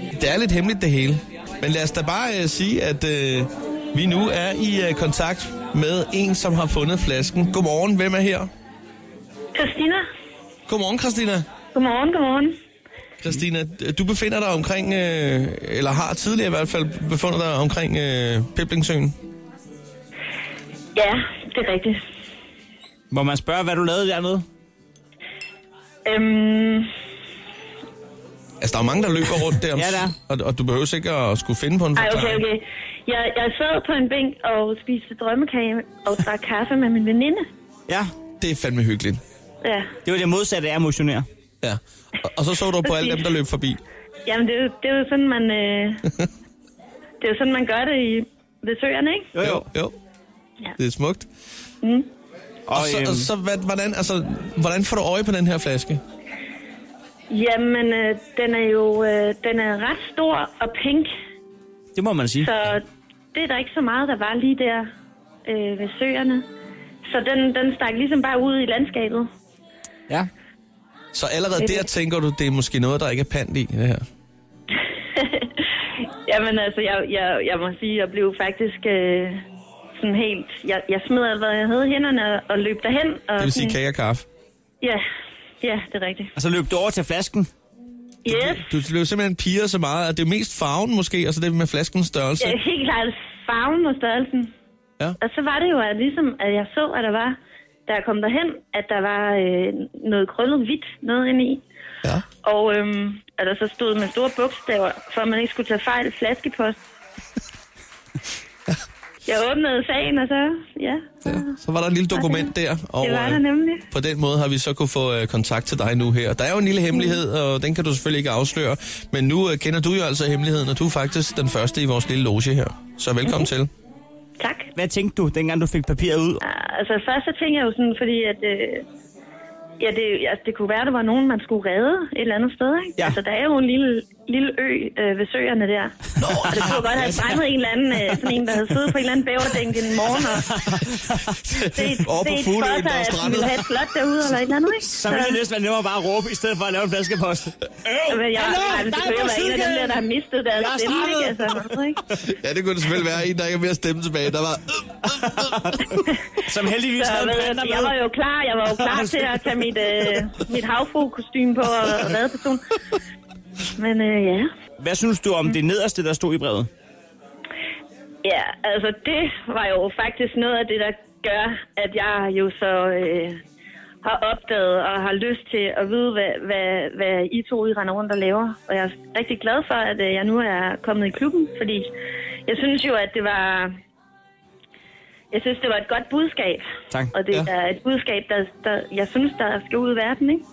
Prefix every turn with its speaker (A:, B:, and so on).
A: det er lidt hemmeligt det hele. Men lad os da bare øh, sige, at øh, vi nu er i øh, kontakt med en, som har fundet flasken. Godmorgen, hvem er her?
B: Christina.
A: Godmorgen, Christina.
B: Godmorgen, godmorgen.
A: Christina, du befinder dig omkring, øh, eller har tidligere i hvert fald befundet dig omkring øh, Piblingsøen.
B: Ja, det er rigtigt.
C: Må man spørge, hvad du lavede dernede?
B: Øhm,
A: Altså, der er jo mange, der løber rundt der,
C: Ja, der er.
A: og, og du behøver ikke at skulle finde på en
B: ej,
A: forklaring.
B: okay, okay. Jeg, jeg sad på en bænk og spiste drømmekage og drak kaffe med min veninde.
C: Ja,
A: Det er fandme hyggeligt.
B: Ja,
C: det var det modsatte af at motionere.
A: Ja. Og, og så så du på alle dem, der løb forbi.
B: jamen det, er jo- det er jo sådan, man... Øh, det er jo sådan, man gør det i, ved søerne, ikke?
C: Jo, jo.
A: jo.
B: Ja.
A: Det er smukt.
C: Og,
A: Og så,
C: øhm,
A: og så hvad, hvordan, altså, hvordan får du øje på den her flaske?
B: Jamen, øh, den er jo øh, den er ret stor og pink,
C: det må man sige.
B: så det er der ikke så meget, der var lige der øh, ved søerne. Så den, den stak ligesom bare ud i landskabet.
C: Ja.
A: Så allerede der tænker du, det er måske noget, der ikke er pant i, det her.
B: Jamen altså, jeg, jeg, jeg må sige, jeg blev faktisk øh, sådan helt... Jeg, jeg smed alt, hvad jeg havde i hænderne og, og løb derhen. Og
A: Det vil sige
B: sådan-
A: kage og kaffe.
B: Ja, ja, det er rigtigt.
C: Og så løb du over til flasken.
B: Yes,
A: Du blev simpelthen piger så meget, at det er mest farven måske, og så det med flaskens størrelse.
B: ja, helt klart farven og størrelsen.
A: Ja.
B: Og så var det jo at ligesom, at jeg så, at der var, da jeg kom derhen, at der var øh, noget krøllet hvidt noget inde i.
A: Ja.
B: Og øhm, at der så stod med store bogstaver, for at man ikke skulle tage fejl flaskepost. Jeg åbnede sagen, og så, ja,
A: ja. Så var der et lille dokument der. Og,
B: det var der
A: øh,
B: nemlig.
A: På den måde har vi så kunne få øh, kontakt til dig nu her. Der er jo en lille
B: Mm.
A: hemmelighed, og den kan du selvfølgelig ikke afsløre. Men nu øh, kender du jo altså hemmeligheden, og du er faktisk den første i vores lille loge her. Så velkommen til.
B: Mhm. Tak.
C: Hvad tænkte du, dengang du fik papiret ud?
B: Ah, Altså først så tænkte jeg jo sådan, fordi at... Øh, ja, det, altså, det kunne være, at der var nogen, man skulle redde et eller andet sted, ikke?
C: Ja.
B: Altså der er jo en lille, lille ø øh, ved søerne der. Nå, og det kunne jo godt have fremmet en eller anden, øh, sådan en, der havde siddet på en eller anden bæverdænk i den morgen, og set,
A: Over på
B: set for
A: Fugleøen,
B: sig,
A: der er
B: at de
A: strandet.
B: ville have et flot derude, eller et eller andet, ikke?
C: Så ville det næsten være nemmere bare at råbe, i stedet for at lave en flaskepost. Øv!
B: men jeg,
C: Hallo,
B: nej, men det
C: der er
B: kunne jo være
C: vores
B: en af dem der,
C: sydkage.
B: der har mistet deres
C: Jeg er
B: stemme, ikke?
C: strandet.
B: Altså, noget, ikke?
A: Ja, det kunne det selvfølgelig være. En, der ikke er mere stemme tilbage. Der var...
C: Som heldigvis
B: Så,
C: havde
B: ved,
C: en
B: du,
C: panter
B: jeg var
C: med.
B: jo klar, jeg var jo klar til at tage mit, øh, mit havfru-kostyme på og, og redde personen. Men øh, ja.
C: Hvad synes du
B: Mm.
C: om det nederste, der stod i brevet?
B: ja, altså det var jo faktisk noget af det, der gør, at jeg jo så øh, har opdaget og har lyst til at vide, hvad, hvad, hvad I to I render rundt og laver. Og jeg er rigtig glad for, at øh, jeg nu er kommet i klubben, fordi jeg synes jo, at det var... Jeg synes, det var et godt budskab.
C: Tak.
B: Og det
A: Ja.
B: ja. er et budskab, der, der, jeg synes, der skal ud i verden, ikke?